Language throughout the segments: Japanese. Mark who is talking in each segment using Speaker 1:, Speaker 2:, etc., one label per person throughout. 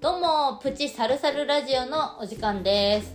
Speaker 1: どうもプチサルサルラジオのお時間です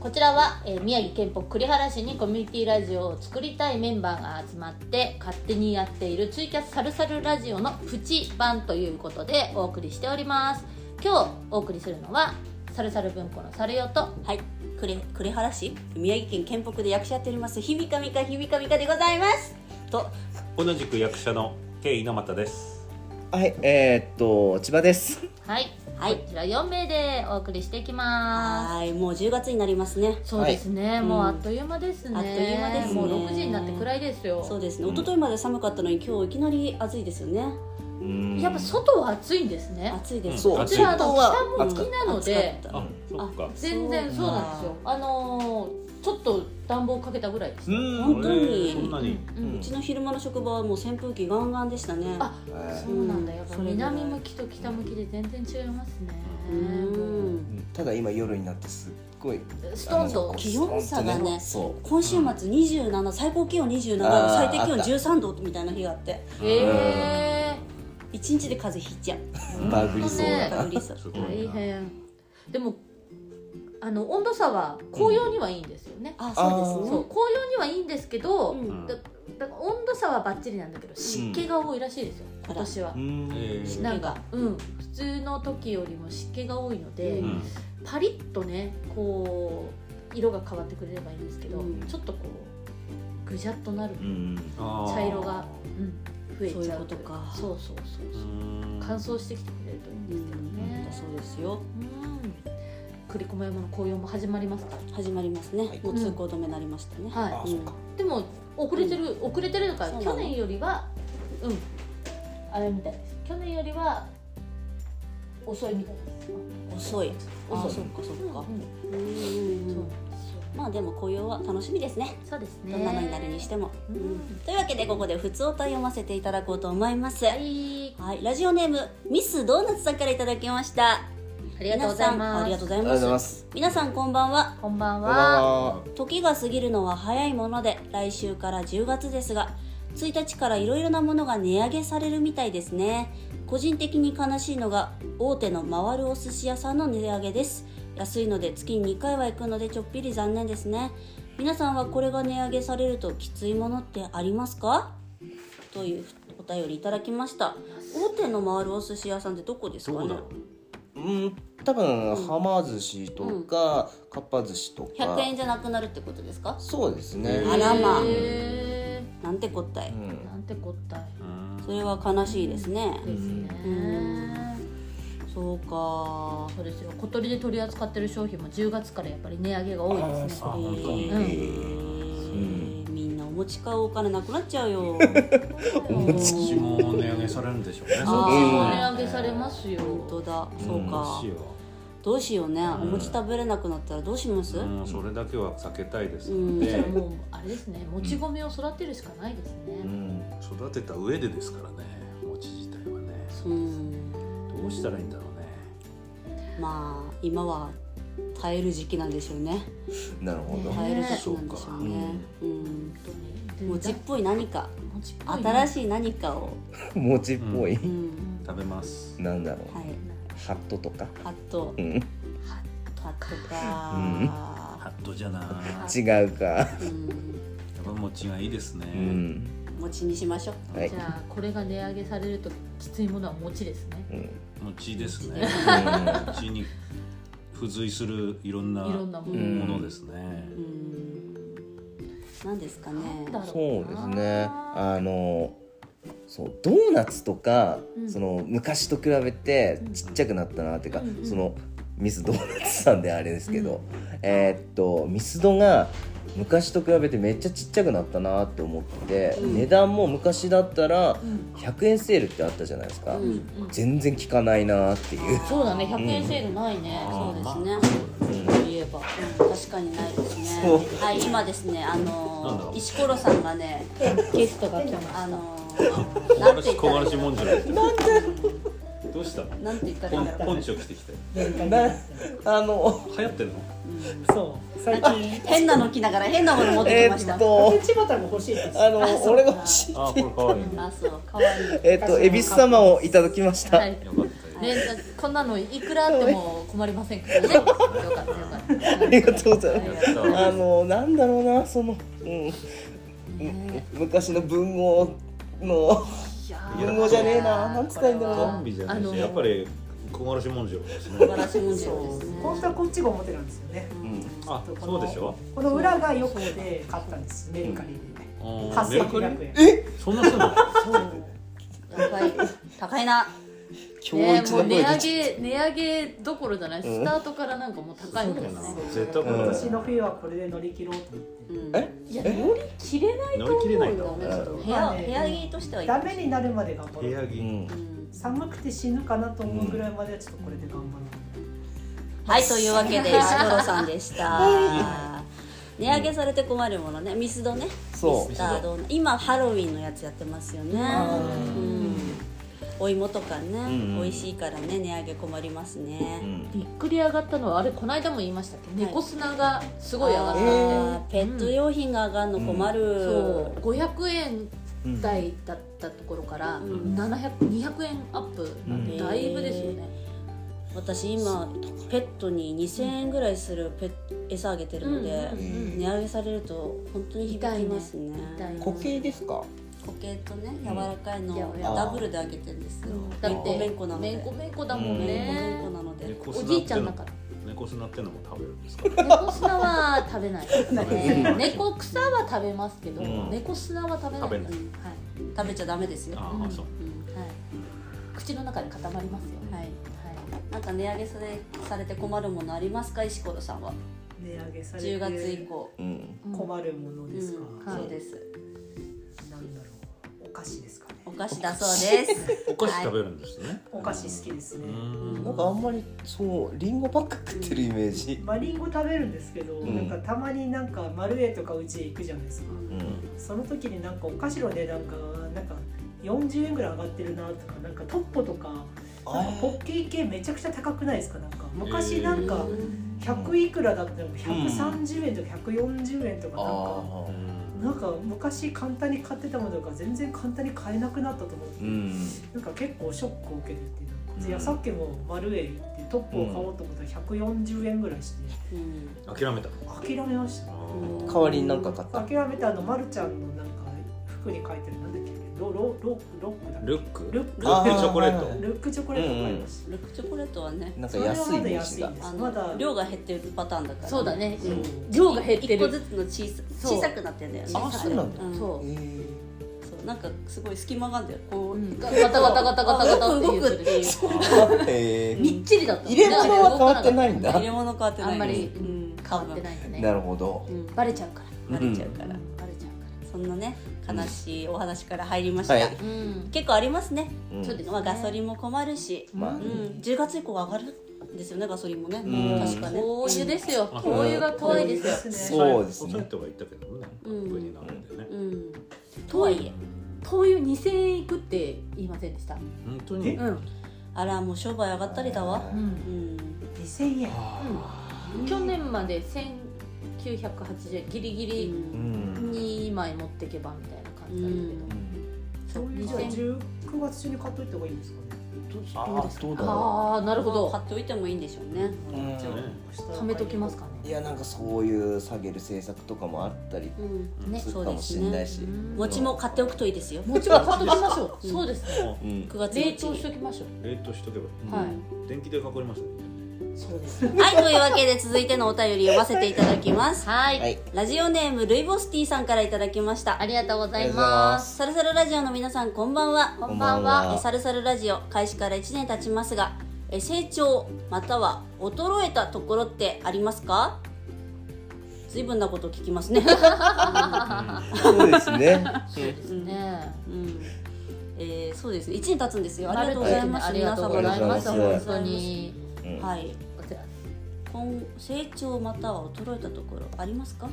Speaker 1: こちらは、えー宮城県北栗原市にコミュニティラジオを作りたいメンバーが集まって勝手にやっているツイキャスサルサルラジオのプチ版ということでお送りしております今日お送りするのはサルサル文庫のサルヨと
Speaker 2: はい、栗栗原市宮城県県北で役者やっておりますひびかみかひびかみかでございますと
Speaker 3: 同じく役者の K 猪俣です
Speaker 4: はい、えー、っと千葉です。
Speaker 1: はい、
Speaker 2: はい
Speaker 1: こちら4名でお送りしていきます
Speaker 2: はーいもう10月になりますね
Speaker 1: そうですね、
Speaker 2: い
Speaker 1: もううんあっという間ですね。
Speaker 2: あっという間ですね
Speaker 1: もう6時になって暗いですよ。
Speaker 2: そうですね、
Speaker 3: うん
Speaker 2: 一昨日まで寒かったのに今日いきなり暑いですよね
Speaker 1: やっぱ外は暑いんですね。
Speaker 2: 暑いです
Speaker 4: そう
Speaker 1: こ
Speaker 3: 暑
Speaker 1: ち
Speaker 3: い
Speaker 1: らあ
Speaker 4: 外
Speaker 1: の
Speaker 4: は
Speaker 1: 北向きなので
Speaker 2: 暑、かっ
Speaker 3: あそ
Speaker 2: た
Speaker 3: っか
Speaker 1: 全然そうなんですよ。あのーちょっと暖房かけたぐらいです。
Speaker 3: ん
Speaker 2: 本当に
Speaker 3: えーそんなに
Speaker 1: うん
Speaker 4: うん
Speaker 2: うちの昼間の職場はもう扇風機ガンガンでしたね
Speaker 1: あ
Speaker 4: はい
Speaker 1: そうなんだ。やっぱ
Speaker 2: それぐらい
Speaker 1: 南向きと北向きで全然違いますね。
Speaker 2: うーん
Speaker 4: ただ今夜になってすっごい
Speaker 1: ストンと
Speaker 4: あの
Speaker 2: 気温差がね
Speaker 4: ストンとそ
Speaker 2: 今週末27最高気温27度
Speaker 4: あー
Speaker 2: 最低気温
Speaker 4: あった
Speaker 2: 13度みたいな日があって
Speaker 1: ええ
Speaker 2: 一日で風邪ひいちゃう
Speaker 4: うバグりそう
Speaker 1: ね
Speaker 4: な。
Speaker 2: バグりそう
Speaker 3: すごいな
Speaker 1: 大変。でもあの温度差は紅葉にはいいんですよね。
Speaker 2: あそうです
Speaker 1: そ
Speaker 2: ね
Speaker 1: う紅葉にはいいんですけど。
Speaker 2: うん
Speaker 3: うん
Speaker 1: だだから温度差はバッチリなんだけど湿気が多いらしいですよ、今年は
Speaker 3: う。んえー
Speaker 1: なん
Speaker 2: 湿
Speaker 1: か、うん、普通の時よりも湿気が多いので、
Speaker 2: う
Speaker 1: パリッとねこう色が変わってくれればいいんですけど、
Speaker 2: うん
Speaker 1: ちょっとこうぐじゃっとなる、
Speaker 4: うん
Speaker 3: あー
Speaker 1: 茶色がうん、増えちゃう
Speaker 2: そういうことか
Speaker 1: そうそうそう
Speaker 3: う
Speaker 1: そう、
Speaker 3: ん
Speaker 1: 乾燥してきてくれるといいんですけどね
Speaker 2: うん、そうですよ
Speaker 1: うん栗駒山の紅葉も始まりますか
Speaker 2: 始まりますね、
Speaker 4: はい
Speaker 2: もう通行止めになりましたね、
Speaker 1: ら、
Speaker 4: あ
Speaker 1: は
Speaker 4: そっか。
Speaker 1: い、でも遅れてる、遅れてるのか
Speaker 2: そうなの
Speaker 1: 去年よりはうんあれみたいです去年よりは遅いみたいです
Speaker 2: 遅いあ
Speaker 1: 遅
Speaker 2: そ
Speaker 1: い
Speaker 2: っかそっか
Speaker 1: うんそう
Speaker 2: うん
Speaker 1: なん
Speaker 2: ん
Speaker 1: ですよ
Speaker 2: まあでも紅葉は楽しみですね
Speaker 1: そうですね。
Speaker 2: どんなのになるにしても、
Speaker 1: うん
Speaker 2: うんというわけでここで普通歌読ませていただこうと思います
Speaker 1: は
Speaker 2: はい、
Speaker 1: い、
Speaker 2: ラジオネームミスドーナツさんからいただきました
Speaker 1: ありがとうございます。
Speaker 2: 皆さんありがとうござ
Speaker 4: あ
Speaker 2: い
Speaker 4: りがとう
Speaker 2: ま
Speaker 4: ございますす。
Speaker 2: 皆さんこんばんは
Speaker 1: こんばん
Speaker 4: こんばん
Speaker 1: は。
Speaker 4: は。
Speaker 2: 時が過ぎるのは早いもので来週から10月ですが1日からいろいろなものが値上げされるみたいですね個人的に悲しいのが大手の回るお寿司屋さんの値上げです安いので月に2回は行くのでちょっぴり残念ですね皆さんはこれが値上げされるときついものってありますかというお便りいただきました大手の回るお寿司屋さんってどこです
Speaker 3: ど
Speaker 2: か
Speaker 3: う
Speaker 2: ね
Speaker 3: だろ
Speaker 4: うん、多分はま寿司とか、かっぱ寿司とか。
Speaker 2: 100円じゃなくなるってことですか
Speaker 4: そうですね。
Speaker 2: あらま
Speaker 1: へ
Speaker 2: なんてこったい
Speaker 4: うん
Speaker 1: ーなんてこったいう
Speaker 3: うん
Speaker 2: それは悲しいですね
Speaker 1: ですね。
Speaker 2: そうか
Speaker 1: そうですよ。小鳥で取り扱ってる商品も10月からやっぱり値上げが多い
Speaker 4: あ
Speaker 1: で
Speaker 4: ー
Speaker 1: す
Speaker 4: そ
Speaker 1: ね
Speaker 4: う。
Speaker 2: え
Speaker 3: 本当に
Speaker 2: ーみんなお持ち買うお金なくなっちゃうよ
Speaker 3: うちも値上げされるんでしょうね
Speaker 1: あ
Speaker 3: そ
Speaker 1: あ、
Speaker 3: うです
Speaker 4: ー
Speaker 3: ね
Speaker 1: 値上げされますよ。
Speaker 2: 本当だそううんか
Speaker 3: どうしよ
Speaker 2: どうしようねお餅食べれなくなったらどうします
Speaker 3: ううんそれだけは避けたいです
Speaker 2: うん
Speaker 3: ね
Speaker 1: もうあれですね。もち米を育てるしかないです
Speaker 4: う
Speaker 1: ね。
Speaker 4: ん。
Speaker 3: 育てた上でですからね餅自体はね
Speaker 2: うん
Speaker 3: どうしたらいいんだろうね
Speaker 2: まあ今は耐える時期なんでしょうね
Speaker 4: なるほど。
Speaker 2: 耐える時期なんでしょうねうん餅っぽい何か
Speaker 1: 餅っぽいね
Speaker 2: 新しい何かを、
Speaker 4: 餅っぽい。
Speaker 2: う、
Speaker 1: うんん
Speaker 3: 食べます
Speaker 4: なんだろう。
Speaker 2: はい
Speaker 4: ハットとか。
Speaker 2: ハット
Speaker 4: うん。
Speaker 2: ハット
Speaker 4: うん
Speaker 2: か
Speaker 3: ハットじゃなや
Speaker 4: 違うか。
Speaker 2: うん
Speaker 3: っぱ餅がいいですね
Speaker 4: うん。
Speaker 2: 餅にしましょう
Speaker 4: はい
Speaker 1: じ。ゃあこれが値上げされるときついものは餅ですね。
Speaker 4: うん。
Speaker 3: 餅ですね餅に付随するいろんない
Speaker 1: ろんなもの。
Speaker 4: うん
Speaker 3: ものですね
Speaker 2: う。ん何ですかね
Speaker 1: だろ
Speaker 4: そうですねあのそうドーナツとか、
Speaker 1: うん
Speaker 4: その昔と比べて
Speaker 1: うん
Speaker 4: ちっちゃくなったなっていうか、
Speaker 1: うんうん
Speaker 4: そのミスドーナツさんであれですけど、えーっとミスドが昔と比べてめっちゃちっちゃくなったなって思って、
Speaker 2: うん
Speaker 4: 値段も昔だったら
Speaker 1: うん
Speaker 4: 100円セールってあったじゃないですか、
Speaker 2: うん
Speaker 1: うん
Speaker 4: 全然効かないなっていう、
Speaker 1: そうだね、100円セールないね。
Speaker 3: ん
Speaker 2: そうですね、
Speaker 1: そういえば。
Speaker 2: うん確かにないですね
Speaker 4: そう
Speaker 2: はい今ですねあ
Speaker 3: なんだ
Speaker 2: のー石ころさんがね
Speaker 1: ゲストが来ました。
Speaker 2: あの
Speaker 3: 小
Speaker 2: ーなん
Speaker 3: 柄
Speaker 2: て
Speaker 3: し
Speaker 2: 言
Speaker 3: 小
Speaker 2: った
Speaker 3: 柄
Speaker 2: らい
Speaker 3: し
Speaker 2: い
Speaker 3: もんじゃない。なんで。どうしたの。
Speaker 2: なんて言ったらいいんだ
Speaker 3: 本
Speaker 2: ろう
Speaker 3: 本職してきたよ。
Speaker 4: な あの
Speaker 3: 流行ってんの。
Speaker 5: そう最近
Speaker 2: 変なの着ながら変なもの持って
Speaker 4: え
Speaker 2: きまし
Speaker 4: ー
Speaker 2: た、
Speaker 4: っと
Speaker 5: 千葉田が欲しいです
Speaker 4: あの
Speaker 2: あそうか
Speaker 4: 俺が欲しい
Speaker 3: あ、これ可愛いね。
Speaker 2: あそう可愛い
Speaker 4: えーっと恵比寿様をいただきました、
Speaker 1: はい。
Speaker 3: よかった
Speaker 1: ね、
Speaker 3: よ。
Speaker 1: こんなのいくらあっても困りませんからね。よかったよかった。
Speaker 4: ありがとうござい
Speaker 1: あり
Speaker 4: ま
Speaker 1: が
Speaker 4: す
Speaker 1: とうございます
Speaker 4: あのなんだろうなその、うん、
Speaker 1: ね
Speaker 4: 昔の文豪の
Speaker 1: いやー
Speaker 4: 文豪じゃねえななんつったらいいんだろうな
Speaker 3: コンビじゃない
Speaker 1: あ
Speaker 3: し
Speaker 1: の
Speaker 3: やっぱり小柄し文章です
Speaker 2: 素
Speaker 3: ね
Speaker 2: 晴らしい文章ですね
Speaker 5: 本当はこっちが表なんですよね
Speaker 3: あそうでしょ
Speaker 5: この裏がよくて買ったんですメルカリでね
Speaker 3: うんメルカリ
Speaker 5: 8900円
Speaker 3: そんなすんの
Speaker 2: そうやばい高いな
Speaker 4: 今
Speaker 1: ね
Speaker 4: 日一
Speaker 1: もう
Speaker 4: の声
Speaker 1: 値
Speaker 4: で
Speaker 1: 上げ値上げどころじゃない、スタートからなんかもう高いんですね。
Speaker 3: 絶対これ
Speaker 5: 今年の冬はこれで乗り切ろうと思って
Speaker 2: うん
Speaker 4: え
Speaker 1: いや乗り切れないと
Speaker 3: 乗り切れない
Speaker 1: 思うよね。
Speaker 3: と
Speaker 2: 部屋部屋着としてはいい
Speaker 5: ダメになるまで頑張
Speaker 3: 部
Speaker 5: ろう
Speaker 3: 屋
Speaker 4: う
Speaker 3: 着
Speaker 4: ん
Speaker 2: うん
Speaker 5: 寒くて死ぬかなと思うぐらいまではちょっとこれで頑張ろう
Speaker 2: はい、というわけで石黒さんでした。値上げされて困るものね、ミスドね、ミ
Speaker 4: そう
Speaker 2: スタードーナ今ハロウィンのやつやってますよね。うん、お芋とかね、
Speaker 4: んうん
Speaker 2: 美味しいからね、値上げ困ります
Speaker 4: う
Speaker 2: ね。
Speaker 4: ん
Speaker 1: びっくり上がったのはあれこの間も言いましたっけど、
Speaker 2: はい
Speaker 1: 猫砂がすごい上が
Speaker 2: あ
Speaker 1: ったって、
Speaker 2: ーペット用品が上がるの困る。
Speaker 1: そう500円台だったところから
Speaker 2: うん
Speaker 1: 700200円アップなん
Speaker 2: う
Speaker 1: て
Speaker 2: ん
Speaker 1: だいぶですよね、
Speaker 2: 私今ペットに2000円ぐらいするペッ餌あげてるので、
Speaker 1: うんうんうん
Speaker 2: 値上げされると本当に響きますね。
Speaker 1: 痛いね
Speaker 4: 固形ですか
Speaker 2: 固形とね柔らかいの
Speaker 1: う
Speaker 2: を
Speaker 1: ん
Speaker 2: ダブルであげてるんですよ。
Speaker 1: だ
Speaker 2: めん
Speaker 1: っ
Speaker 2: こ
Speaker 1: て
Speaker 2: めんこなの
Speaker 1: めん
Speaker 2: で
Speaker 1: こ。めんこだもん
Speaker 2: めん
Speaker 1: ね
Speaker 2: こ、なので。
Speaker 3: 猫
Speaker 1: お
Speaker 3: 砂
Speaker 1: じい
Speaker 3: っ
Speaker 1: ち
Speaker 3: て
Speaker 1: ゃ
Speaker 3: の
Speaker 1: んだ
Speaker 3: も
Speaker 1: から
Speaker 3: 猫砂ってのも食べるんですか
Speaker 1: 猫砂は食べないですね
Speaker 4: うん
Speaker 1: 猫草は食べますけど、
Speaker 4: うん
Speaker 1: 猫砂は食べないです
Speaker 3: 食
Speaker 2: 食べちゃダメですよ。
Speaker 3: ああそう
Speaker 2: うん
Speaker 1: はい、はい、口の中で固まりますよ、はい
Speaker 2: はい。なんか値上げされされて困るものありますか石ころさんは。
Speaker 5: 値上げされて
Speaker 2: 10月以降。
Speaker 4: うん
Speaker 1: うん
Speaker 5: 困るものですか、
Speaker 2: うん
Speaker 1: はい
Speaker 2: そうです。
Speaker 5: なんだろうお菓子ですかね
Speaker 2: お菓子だそう です。
Speaker 3: お菓子食べるんですね
Speaker 5: お菓子好きですね、
Speaker 3: うん
Speaker 4: なんかあんまりそうリンゴばっか食ってるイメージ
Speaker 5: まあ、リンゴ食べるんですけど、
Speaker 4: うん
Speaker 5: なんかたまになんかマルエとかうちへ行くじゃないですか
Speaker 4: うん
Speaker 5: その時になんかお菓子の値段がなんか40円ぐらい上がってるなとかなんかトッポとかなんかポッキー系めちゃくちゃ高くないですかなんか昔なんか100いくらだったのが130円とか140円とか
Speaker 4: ああ
Speaker 5: なんか、なんか昔簡単に買ってたものが全然簡単に買えなくなったと思っ
Speaker 4: う
Speaker 5: て、
Speaker 4: ん
Speaker 5: なんか結構ショックを受けててなんか
Speaker 4: うん
Speaker 5: いやさっきもマルエ行ってトップを買おうと思ったら140円ぐらいして
Speaker 2: うん。
Speaker 3: 諦めた
Speaker 5: 諦めました
Speaker 2: うん
Speaker 4: 代わりになんか買った
Speaker 5: 諦めてあのマルちゃんのなんか服に書いてるなんだっけロロロロックだっけ
Speaker 3: ルック
Speaker 5: ル
Speaker 3: ルッ
Speaker 5: ック
Speaker 3: クチ
Speaker 4: あー
Speaker 3: ョコレート
Speaker 4: はい
Speaker 5: ルックチョコレート買いました、
Speaker 2: ルックチョコレートはね、
Speaker 4: なんか安いイメージが
Speaker 2: あ
Speaker 5: まだ
Speaker 2: の量が減ってるパターンだから。
Speaker 1: そうだ。ね、
Speaker 5: うん
Speaker 1: 量が減って
Speaker 2: 一個
Speaker 1: る
Speaker 2: ずつの小さ
Speaker 1: そう
Speaker 2: 小さくなってんだよね。
Speaker 4: あそうなんだ
Speaker 1: そう
Speaker 4: えー
Speaker 2: そうなんかすごい隙間があるんだよ。こう、
Speaker 1: ガタガタガタガタガタっていうやつで
Speaker 4: えー
Speaker 1: みっちりだったもんね
Speaker 4: 入れ物は変わってないんだ
Speaker 2: 入れ物変わってない
Speaker 1: あんまり
Speaker 2: うん、
Speaker 1: 変わってないよね
Speaker 4: なるほど
Speaker 2: うん
Speaker 1: バレちゃうから
Speaker 2: バレちゃうから、
Speaker 1: バレちゃうか
Speaker 2: そんなね悲しいお話から入りました、
Speaker 4: はい
Speaker 1: らうん
Speaker 2: 結構ありますね、
Speaker 4: うん
Speaker 1: そうですね
Speaker 2: まあ、ガソリンも困るし、
Speaker 4: まあ
Speaker 2: うん、10月以降は上がるんですよねガソリンもね、
Speaker 4: ん
Speaker 2: 確かね
Speaker 1: 灯油ですよ
Speaker 3: うん
Speaker 1: 灯油が怖いですよ
Speaker 5: す
Speaker 4: そうですね
Speaker 3: 抑えてはいたけどね
Speaker 2: うん
Speaker 3: 上になるんでね
Speaker 2: うん、うんとはいえ
Speaker 1: 灯油2000円いくって言いませんでした
Speaker 3: 本当に
Speaker 1: うん
Speaker 2: あらもう商売上がったりだわ、
Speaker 1: うん
Speaker 2: うん、
Speaker 5: 2000円
Speaker 1: 去年まで1980円ギリギ
Speaker 2: う
Speaker 1: リ
Speaker 4: うんん
Speaker 1: 2枚持ってけばみたいな感じだった
Speaker 5: そういうじゃあ19月中に買っといた方がいいんですかね
Speaker 4: あーどう
Speaker 1: け
Speaker 4: だ
Speaker 1: ど
Speaker 4: ろ
Speaker 1: ああなるほ
Speaker 2: 買
Speaker 1: ど
Speaker 2: っておいてもいいんでしょうね
Speaker 4: ううん
Speaker 5: じゃあ
Speaker 1: 貯めときますか
Speaker 4: い
Speaker 1: ね
Speaker 4: やなんかそういう下げる政策とかもあったり
Speaker 2: うん
Speaker 1: ね
Speaker 4: す
Speaker 2: そ
Speaker 4: る
Speaker 2: う
Speaker 4: か
Speaker 2: で
Speaker 4: もし
Speaker 2: す
Speaker 4: れない
Speaker 2: ね
Speaker 4: し
Speaker 1: うん
Speaker 2: 餅も買っておくといいですよ
Speaker 1: もちろん買っときましょうそうですね
Speaker 3: も
Speaker 4: うん
Speaker 2: 9月の
Speaker 1: 冷
Speaker 2: うちに
Speaker 1: 凍しときましょ
Speaker 3: う冷凍しとけば
Speaker 1: うはい
Speaker 3: 電気代かかりますね
Speaker 1: そうです
Speaker 2: はい、というわけで続いてのお便り読ませていただきます。
Speaker 1: はい
Speaker 4: はい
Speaker 2: ラジオネームルイボスティさんからいただきました
Speaker 1: あ。りがとうござい
Speaker 4: ありがとうございま
Speaker 1: ます
Speaker 4: す
Speaker 2: サルサルラジオの皆さんこんばんは。
Speaker 1: こんばんは
Speaker 2: えサルサルラジオ開始から1年経ちますが、え成長または衰えたところってありますか？随分なこと聞きますね。
Speaker 4: そうですね
Speaker 1: ね
Speaker 2: うん。えーそうですね。1年経つんですよ。あ
Speaker 1: あ
Speaker 2: り
Speaker 1: り
Speaker 2: が
Speaker 1: が
Speaker 2: と
Speaker 1: と
Speaker 2: う
Speaker 1: うご
Speaker 2: ござ
Speaker 1: ざ
Speaker 2: い
Speaker 1: い
Speaker 2: ま。
Speaker 1: ますす。
Speaker 2: 皆様
Speaker 4: ありがとうございます
Speaker 1: 本当に。
Speaker 4: うん
Speaker 2: はい。
Speaker 1: お世話
Speaker 2: 今成長または衰えたところありますか？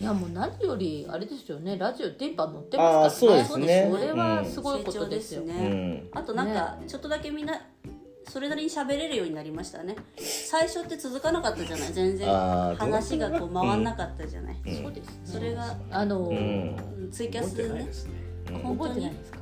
Speaker 1: いやもう何よりあれですよね。ラジオ電波乗って
Speaker 4: あ
Speaker 1: ま
Speaker 4: ー
Speaker 1: すか
Speaker 4: そう
Speaker 1: ら
Speaker 4: で
Speaker 1: ね。
Speaker 4: すね
Speaker 1: これはすごいことですよ。
Speaker 2: 成長
Speaker 4: う
Speaker 2: ね
Speaker 4: ん
Speaker 2: あとなんかちょっとだけみんなそれなりに喋れるようになりましたね最初って続かなかったじゃない全然
Speaker 4: あー
Speaker 2: 話がこう回んなかったじゃない、
Speaker 4: うん
Speaker 1: そうです。
Speaker 2: それが、
Speaker 1: あの
Speaker 4: うん
Speaker 2: うんツイキャ
Speaker 3: 覚
Speaker 2: ス
Speaker 3: えて
Speaker 2: で
Speaker 3: ない
Speaker 2: ね
Speaker 3: ですね
Speaker 1: 覚えてないですか。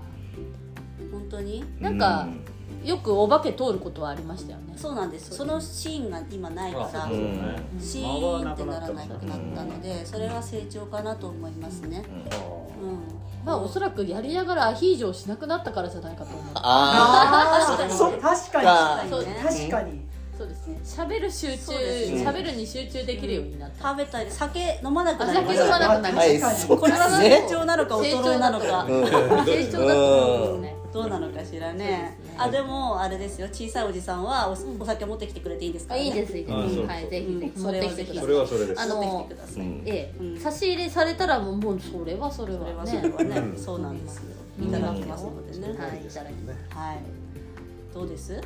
Speaker 2: 本当に
Speaker 1: なんか
Speaker 4: うん
Speaker 1: よくお化け通ることはありましたよね
Speaker 2: そうなんですそのシーンが今ないか
Speaker 4: あ
Speaker 2: ら
Speaker 4: そうですね
Speaker 2: シーンってならなくなったのでそれは成長かなと思いますねうん
Speaker 1: まあおそらくやりながらアヒージョをしなくなったからじゃないかと思う
Speaker 4: あ
Speaker 5: あ
Speaker 2: ー
Speaker 5: ー確か
Speaker 4: か
Speaker 5: に
Speaker 2: そうね
Speaker 5: 確かに
Speaker 1: そうですね喋る集中
Speaker 2: そうです
Speaker 4: ね
Speaker 1: 喋るに集中できるようになった、
Speaker 2: 食べたり酒飲まなくなりま
Speaker 1: あ
Speaker 2: し
Speaker 1: 酒飲まな
Speaker 2: た
Speaker 1: くなり
Speaker 4: あ
Speaker 1: ま
Speaker 4: は
Speaker 1: し
Speaker 4: い
Speaker 5: 確かに
Speaker 4: そう
Speaker 2: これは
Speaker 4: です
Speaker 2: 成
Speaker 4: ね
Speaker 2: 長なのか衰えなのか
Speaker 4: うん
Speaker 1: た成長だと思うんですね
Speaker 2: どうなのかしらね
Speaker 1: そうですね
Speaker 2: あでもあれですよ小さいおじさんはおお酒持ってきてくれていいですか
Speaker 1: あ
Speaker 2: らね
Speaker 1: いいですいいです、
Speaker 3: あそうそう
Speaker 1: はいぜひぜひ
Speaker 2: うん
Speaker 1: 持ってきてくだ
Speaker 2: そ
Speaker 1: さ
Speaker 6: そ
Speaker 1: い
Speaker 6: れはそれです
Speaker 1: あの
Speaker 2: 持ってきてください
Speaker 4: うん
Speaker 1: ええ
Speaker 2: うん
Speaker 1: 差し入れされたらもうもうそれはそれ
Speaker 2: それは
Speaker 1: は
Speaker 2: そ
Speaker 1: ね
Speaker 2: れはね
Speaker 6: うん
Speaker 2: そうなんですよ
Speaker 1: うん
Speaker 2: いただきますのでね
Speaker 1: うんはいいただきま
Speaker 2: はいどうです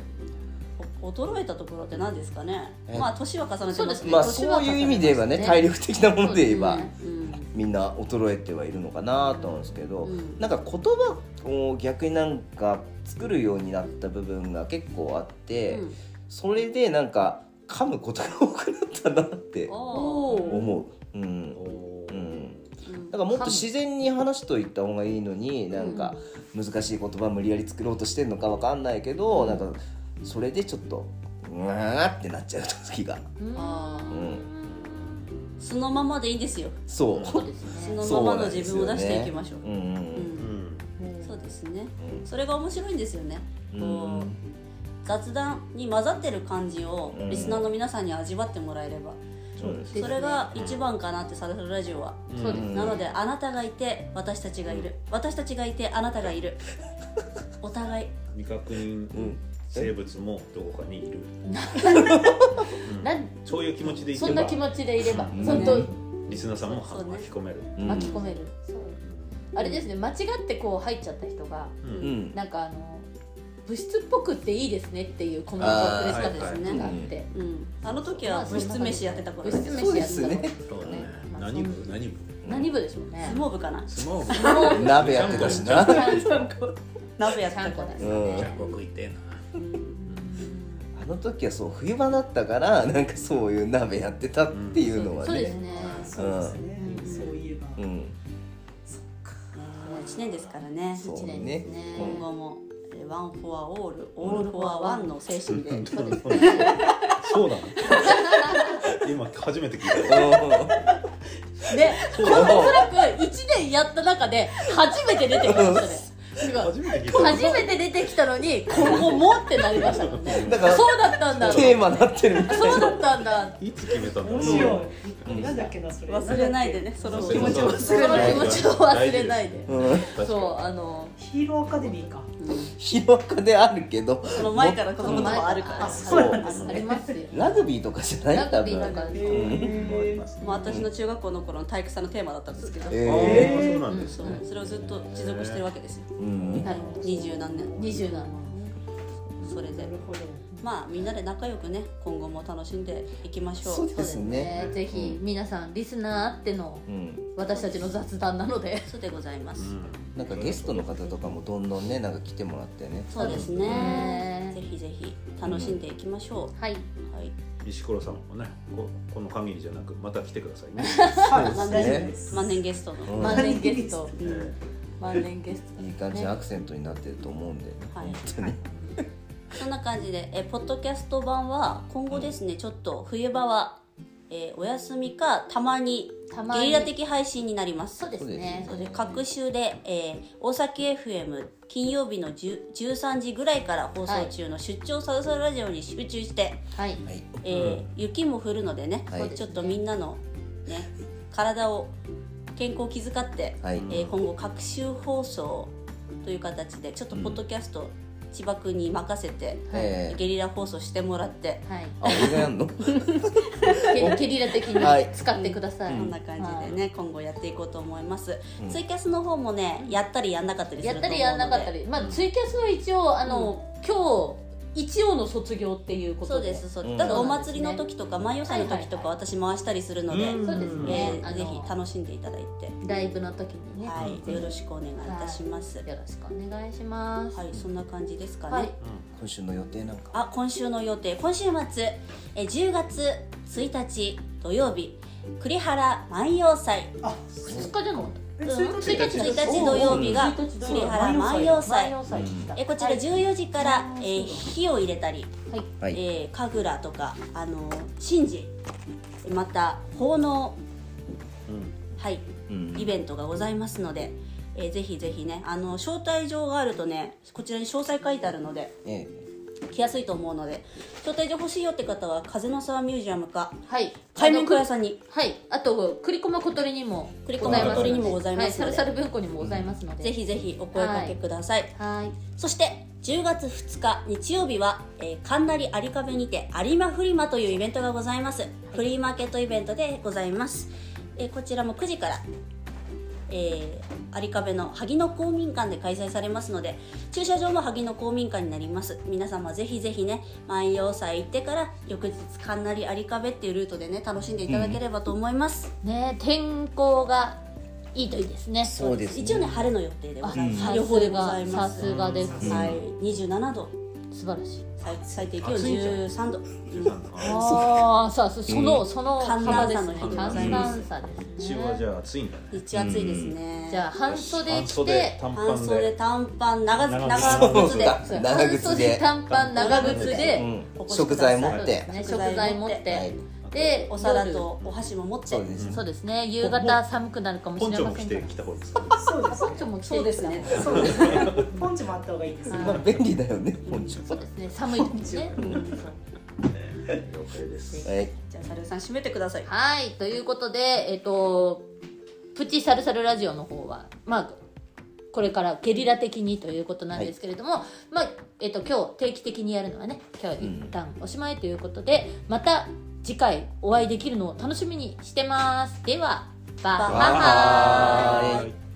Speaker 2: お衰えたところって何ですかね
Speaker 4: え
Speaker 2: まあ年は重ねてます
Speaker 1: そうですね
Speaker 4: まあそういう意味で言えばね体力的なもので言えば、
Speaker 1: そうですね
Speaker 2: うん
Speaker 4: みんな衰えてはいるのかなと思うんですけど、
Speaker 2: うん
Speaker 4: なんか言葉を逆になんか作るようになった部分が結構あって、
Speaker 2: うん
Speaker 4: それでなんか噛むことが多くなったなって
Speaker 2: おー
Speaker 4: 思う。うんうんだからもっと自然に話しといった方がいいのになんか難しい言葉無理やり作ろうとしてるのかわかんないけど、なんかそれでちょっとうわーってなっちゃう時が
Speaker 1: うん
Speaker 2: あー
Speaker 4: うん
Speaker 2: そのままでいいですよ
Speaker 4: そう
Speaker 1: そうです
Speaker 2: そ
Speaker 1: ね
Speaker 2: の
Speaker 4: そ
Speaker 2: ま
Speaker 4: う
Speaker 2: ま
Speaker 4: な
Speaker 2: の
Speaker 4: んで
Speaker 2: 自
Speaker 4: す
Speaker 2: 分
Speaker 4: よ
Speaker 2: を
Speaker 4: ね
Speaker 2: 出していきましょう
Speaker 4: うんうん
Speaker 2: う
Speaker 4: うん
Speaker 2: んそうですね
Speaker 4: うん
Speaker 2: それが面白いんですよね
Speaker 4: うん
Speaker 2: こう雑談に混ざってる感じを
Speaker 4: うん
Speaker 2: リスナーの皆さんに味わってもらえれば
Speaker 4: そうです
Speaker 1: ですね
Speaker 2: それが一番かなってサルサルラジオは
Speaker 1: そうです
Speaker 4: ん
Speaker 2: なのであなたがいて私たちがいる私たちがいてあなたがいる お互い
Speaker 6: 未確認
Speaker 4: うん
Speaker 6: 生物もどこかにいる、うん
Speaker 1: なん
Speaker 6: そういう気持ちでい
Speaker 1: そ
Speaker 6: け
Speaker 1: んな
Speaker 6: ば
Speaker 1: 気持ちでいれば
Speaker 4: うん
Speaker 1: 本当
Speaker 6: リスナーさんも
Speaker 2: そうね
Speaker 6: 巻き込める、
Speaker 4: うん
Speaker 1: 巻き込める、あれですね間違ってこう入っちゃった人が
Speaker 6: う
Speaker 4: うんん
Speaker 1: なんかあの物質っぽくっていいですねっていうコメントをくれてたんです
Speaker 2: あー
Speaker 1: ね
Speaker 2: はい
Speaker 1: があ
Speaker 4: は
Speaker 1: っ
Speaker 4: い
Speaker 1: て
Speaker 2: うんあの時は部室飯やってた頃
Speaker 1: 物
Speaker 2: です
Speaker 1: 質
Speaker 2: よ
Speaker 1: 飯やってた
Speaker 4: そうですね
Speaker 6: そうだね
Speaker 1: まあ
Speaker 6: 何部
Speaker 1: そん
Speaker 6: 何部
Speaker 1: 何部でしょうね
Speaker 2: 相撲部かな
Speaker 6: スモー
Speaker 4: 鍋やってたしな
Speaker 1: ちゃんこ
Speaker 2: 鍋やっ
Speaker 1: ち
Speaker 2: て
Speaker 1: ゃ
Speaker 2: た
Speaker 1: んこ
Speaker 2: 頃
Speaker 1: で
Speaker 2: ですす
Speaker 1: よ
Speaker 4: う
Speaker 1: ね
Speaker 4: ん
Speaker 6: ジャンコ食いてえな
Speaker 2: うん
Speaker 4: あの時はそう冬場だったから なんかそういう鍋やってたっていうのは
Speaker 1: そうです
Speaker 4: ね。
Speaker 1: ね
Speaker 5: そうですね
Speaker 1: うん
Speaker 5: そういえば
Speaker 4: うん
Speaker 2: もう1年ですからね
Speaker 4: そう
Speaker 1: 一年
Speaker 4: ね
Speaker 1: ですね
Speaker 2: 今後もえーワン・フォア・オールオール・フォア・ワンの精神で
Speaker 1: そうです
Speaker 6: そうなの 今初めて聞いた
Speaker 1: で、このおそらく1年やった中で初めて出てきましたねすごい
Speaker 6: 初めて聞いた
Speaker 1: 初めて出てきたのに今後もってなりましたもんね
Speaker 4: だから
Speaker 1: そうだったんだ
Speaker 4: テーマになってるみたい
Speaker 1: そうだったんだ
Speaker 6: いつ決めたんだろう
Speaker 5: 面白いなんだっけなそれ
Speaker 2: 忘れないでねその
Speaker 6: そう
Speaker 2: 気持ちを
Speaker 1: そ
Speaker 2: 忘れ
Speaker 1: の
Speaker 2: ない
Speaker 1: 気
Speaker 2: で
Speaker 1: 持ちを忘れないで
Speaker 4: うん
Speaker 1: そうあの
Speaker 5: ヒーローアカデミーか
Speaker 4: 広くであるけど
Speaker 2: その前から子供ともあるから
Speaker 1: あ
Speaker 5: そうなんです
Speaker 1: あり
Speaker 5: ね
Speaker 1: ますよ
Speaker 4: ラグビーとかじゃない
Speaker 1: ラ
Speaker 4: 多
Speaker 1: グビーと
Speaker 4: 分
Speaker 1: か
Speaker 5: へ
Speaker 6: もうあり
Speaker 5: ー
Speaker 6: ますね
Speaker 2: もう私の中学校の頃の体育祭のテーマだったんですけど、
Speaker 4: え
Speaker 6: あ
Speaker 4: え
Speaker 6: ーそうなんです
Speaker 2: そう
Speaker 6: ね
Speaker 2: それをずっと持続してるわけですよ
Speaker 4: うん
Speaker 1: なるほど
Speaker 2: 二十何年
Speaker 1: 27
Speaker 2: それ
Speaker 5: な
Speaker 2: で
Speaker 5: るほど
Speaker 2: まあみんなで仲良くね今後も楽しんでいきましょう
Speaker 4: そうですね
Speaker 1: ぜひ皆さんリスナーあっての
Speaker 4: うん
Speaker 1: 私たちの雑談なので
Speaker 2: そうでございます、
Speaker 6: うん
Speaker 4: なんかゲストの方とかもどんどんねなんか来てもらってね
Speaker 2: そうです
Speaker 1: ね
Speaker 2: ねぜひぜひ楽しんでいきましょ
Speaker 1: はい、
Speaker 2: う、はい
Speaker 6: 石黒さんもねここの限りじゃなくまた来てくださ いね、
Speaker 5: はい
Speaker 4: そう
Speaker 5: 大丈夫
Speaker 4: で
Speaker 5: ですす
Speaker 2: 万年ゲストの、
Speaker 4: うん
Speaker 1: 万年ゲスト
Speaker 6: えー
Speaker 1: 万年ゲスト
Speaker 4: いい感じのアクセントになってると思うんで
Speaker 2: はい
Speaker 4: 当に
Speaker 2: そんな感じでえポッドキャスト版は今後ですね、ちょっと冬場は、えーお休みかたまに
Speaker 1: たまに
Speaker 2: ゲリラ的配信になります
Speaker 1: そうですね
Speaker 2: そうです各週で、えー大崎 FM 金曜日の10 13時ぐらいから放送中の出張サウサウラジオに集中して、
Speaker 1: はい
Speaker 4: はい
Speaker 2: えー雪も降るのでね、
Speaker 4: はい
Speaker 2: ちょっとみんなの、ね、体を健康を気遣って、
Speaker 4: はい
Speaker 2: えー今後各週放送という形でちょっとポッドキャスト、千葉君に任せて、
Speaker 4: えー
Speaker 2: ゲリラ放送してもらって、
Speaker 1: はい
Speaker 4: あ俺がやんの
Speaker 1: ゲゲリラ的
Speaker 4: はい
Speaker 1: に使ってください、
Speaker 2: こんな感じでね、今後やっていこうと思います、
Speaker 4: うん
Speaker 2: ツイキャスの方もねやったりやんなかったりす
Speaker 1: や
Speaker 2: る
Speaker 1: っ
Speaker 2: と思
Speaker 1: た
Speaker 2: うの
Speaker 1: り
Speaker 2: で
Speaker 1: やんなかったり、まあ、ツイキャスは一応あの、今日一応の卒業っていうこと
Speaker 2: そう
Speaker 1: で
Speaker 2: ですそう
Speaker 4: うん
Speaker 2: だからお祭りの時とか万葉祭の時とか
Speaker 1: は
Speaker 2: 私回したりするので、
Speaker 6: うん
Speaker 1: そうですね、
Speaker 2: えー
Speaker 1: あの
Speaker 2: ぜひ楽しんでいただいて、
Speaker 1: ライブの時にね、
Speaker 2: はい、よろしくお願いいたします、
Speaker 1: よろしくお願いします
Speaker 2: はい、そんな感じですかね、
Speaker 1: はい
Speaker 4: 今週の予定なんか
Speaker 2: あ今週の予定今週末え10月1日土曜日栗原万葉祭
Speaker 5: あ
Speaker 1: 2日じゃなかった
Speaker 5: え
Speaker 1: うん
Speaker 5: 1日
Speaker 1: 1日
Speaker 5: 1
Speaker 2: 1
Speaker 5: 日
Speaker 2: 日土曜日が
Speaker 1: 1日土曜日
Speaker 2: 栗原万葉祭
Speaker 1: 万葉祭でした
Speaker 2: えこちら
Speaker 1: はい
Speaker 2: 14時から、えー火を入れたり、
Speaker 1: はい
Speaker 4: はい
Speaker 2: えー、神楽とか、あのー神事また奉納、はい、イベントがございますので、えーぜひぜひねあの招待状があるとねこちらに詳細書いてあるので
Speaker 4: え
Speaker 2: 来やすいと思うので招待状欲しいよって方は風の沢ミュージアムか
Speaker 1: はい
Speaker 2: 海面小屋さんに
Speaker 1: はい、あと栗駒小鳥にも
Speaker 2: 栗
Speaker 1: ご
Speaker 2: 駒
Speaker 1: ざいます
Speaker 2: 小鳥にもございます
Speaker 1: は
Speaker 2: の
Speaker 1: い、
Speaker 2: で、
Speaker 1: サルサル文庫にもございますので、
Speaker 2: ぜひぜひお声かけください、
Speaker 1: はい
Speaker 2: そして10月2日日曜日は、えー、神成有壁にて有馬フリマというイベントがございます、フリーマーケットイベントでございます、えーこちらも9時から、えー、有壁の萩野公民館で開催されますので駐車場も萩野公民館になります皆様ぜひぜひね万葉祭行ってから翌日神成有壁っていうルートでね楽しんでいただければと思います、
Speaker 1: ね天候がいいといいですね
Speaker 4: えそうです、
Speaker 2: 一応ね晴れの予定でご
Speaker 1: あ
Speaker 2: ざいます、
Speaker 1: さ
Speaker 2: 予報でござい
Speaker 1: すがさ
Speaker 2: ます
Speaker 1: すがです、
Speaker 2: はい27度
Speaker 1: 素晴ら しい
Speaker 2: 最最低気温13度、うん
Speaker 1: ああさあそその、その
Speaker 2: 寒暖差
Speaker 1: 幅
Speaker 2: の
Speaker 1: ですね
Speaker 2: 日でご
Speaker 1: 寒
Speaker 2: ざいます
Speaker 1: 暖差です
Speaker 6: 一
Speaker 1: ね
Speaker 6: 応はじゃあ暑いんだね
Speaker 2: 日中暑いですね、
Speaker 1: じゃあ半袖
Speaker 6: 半
Speaker 1: 着
Speaker 6: 袖
Speaker 1: て
Speaker 6: 短パ
Speaker 2: 半
Speaker 6: ン
Speaker 2: 袖
Speaker 6: で
Speaker 2: 短パン長長
Speaker 6: 長
Speaker 2: 靴
Speaker 4: そう
Speaker 2: で
Speaker 4: だ
Speaker 1: そう
Speaker 4: 長靴
Speaker 1: 半
Speaker 4: で
Speaker 1: 袖短パン長靴
Speaker 4: う
Speaker 1: で、
Speaker 4: ん
Speaker 2: お越しく
Speaker 4: 食
Speaker 2: ださい
Speaker 4: 材持
Speaker 1: そう
Speaker 4: っ
Speaker 1: で
Speaker 4: て
Speaker 1: すね
Speaker 2: 食
Speaker 1: 食
Speaker 2: 材
Speaker 1: 材
Speaker 2: 持
Speaker 1: 持
Speaker 2: っ
Speaker 1: ってて、
Speaker 4: はい
Speaker 1: で
Speaker 2: お皿
Speaker 1: 夜
Speaker 2: とお箸も持って
Speaker 4: そうですね
Speaker 1: そうですね夕方寒くなるかもし
Speaker 6: ポンチ
Speaker 1: れ
Speaker 6: ョも
Speaker 1: ませ
Speaker 6: 着
Speaker 1: ん
Speaker 6: て
Speaker 1: が
Speaker 6: きた方がいいですか
Speaker 5: そうです
Speaker 1: ポン
Speaker 5: ね
Speaker 1: チョも着
Speaker 2: そ
Speaker 1: て
Speaker 2: う
Speaker 1: い
Speaker 2: で
Speaker 1: ですす
Speaker 2: ね
Speaker 1: ね
Speaker 5: そうですねポンチもあった方がいいですね
Speaker 4: まあ便利だよねポンチ
Speaker 1: そう
Speaker 4: ョ
Speaker 1: ですね寒いです ね
Speaker 6: 了解です
Speaker 4: はい
Speaker 2: じゃあサルさん締めてください
Speaker 1: はい、ということで、えっと、プチサルサルラジオの方は、まあ、これからゲリラ的にということなんですけれども、まあ、えっと、今日定期的にやるのはね、今日一旦おしまいということで、また次回お会いできるのを楽しみにしてます。では、バッハ
Speaker 4: バ
Speaker 1: ハ
Speaker 4: イ
Speaker 1: ーイ
Speaker 4: バーイ
Speaker 6: はい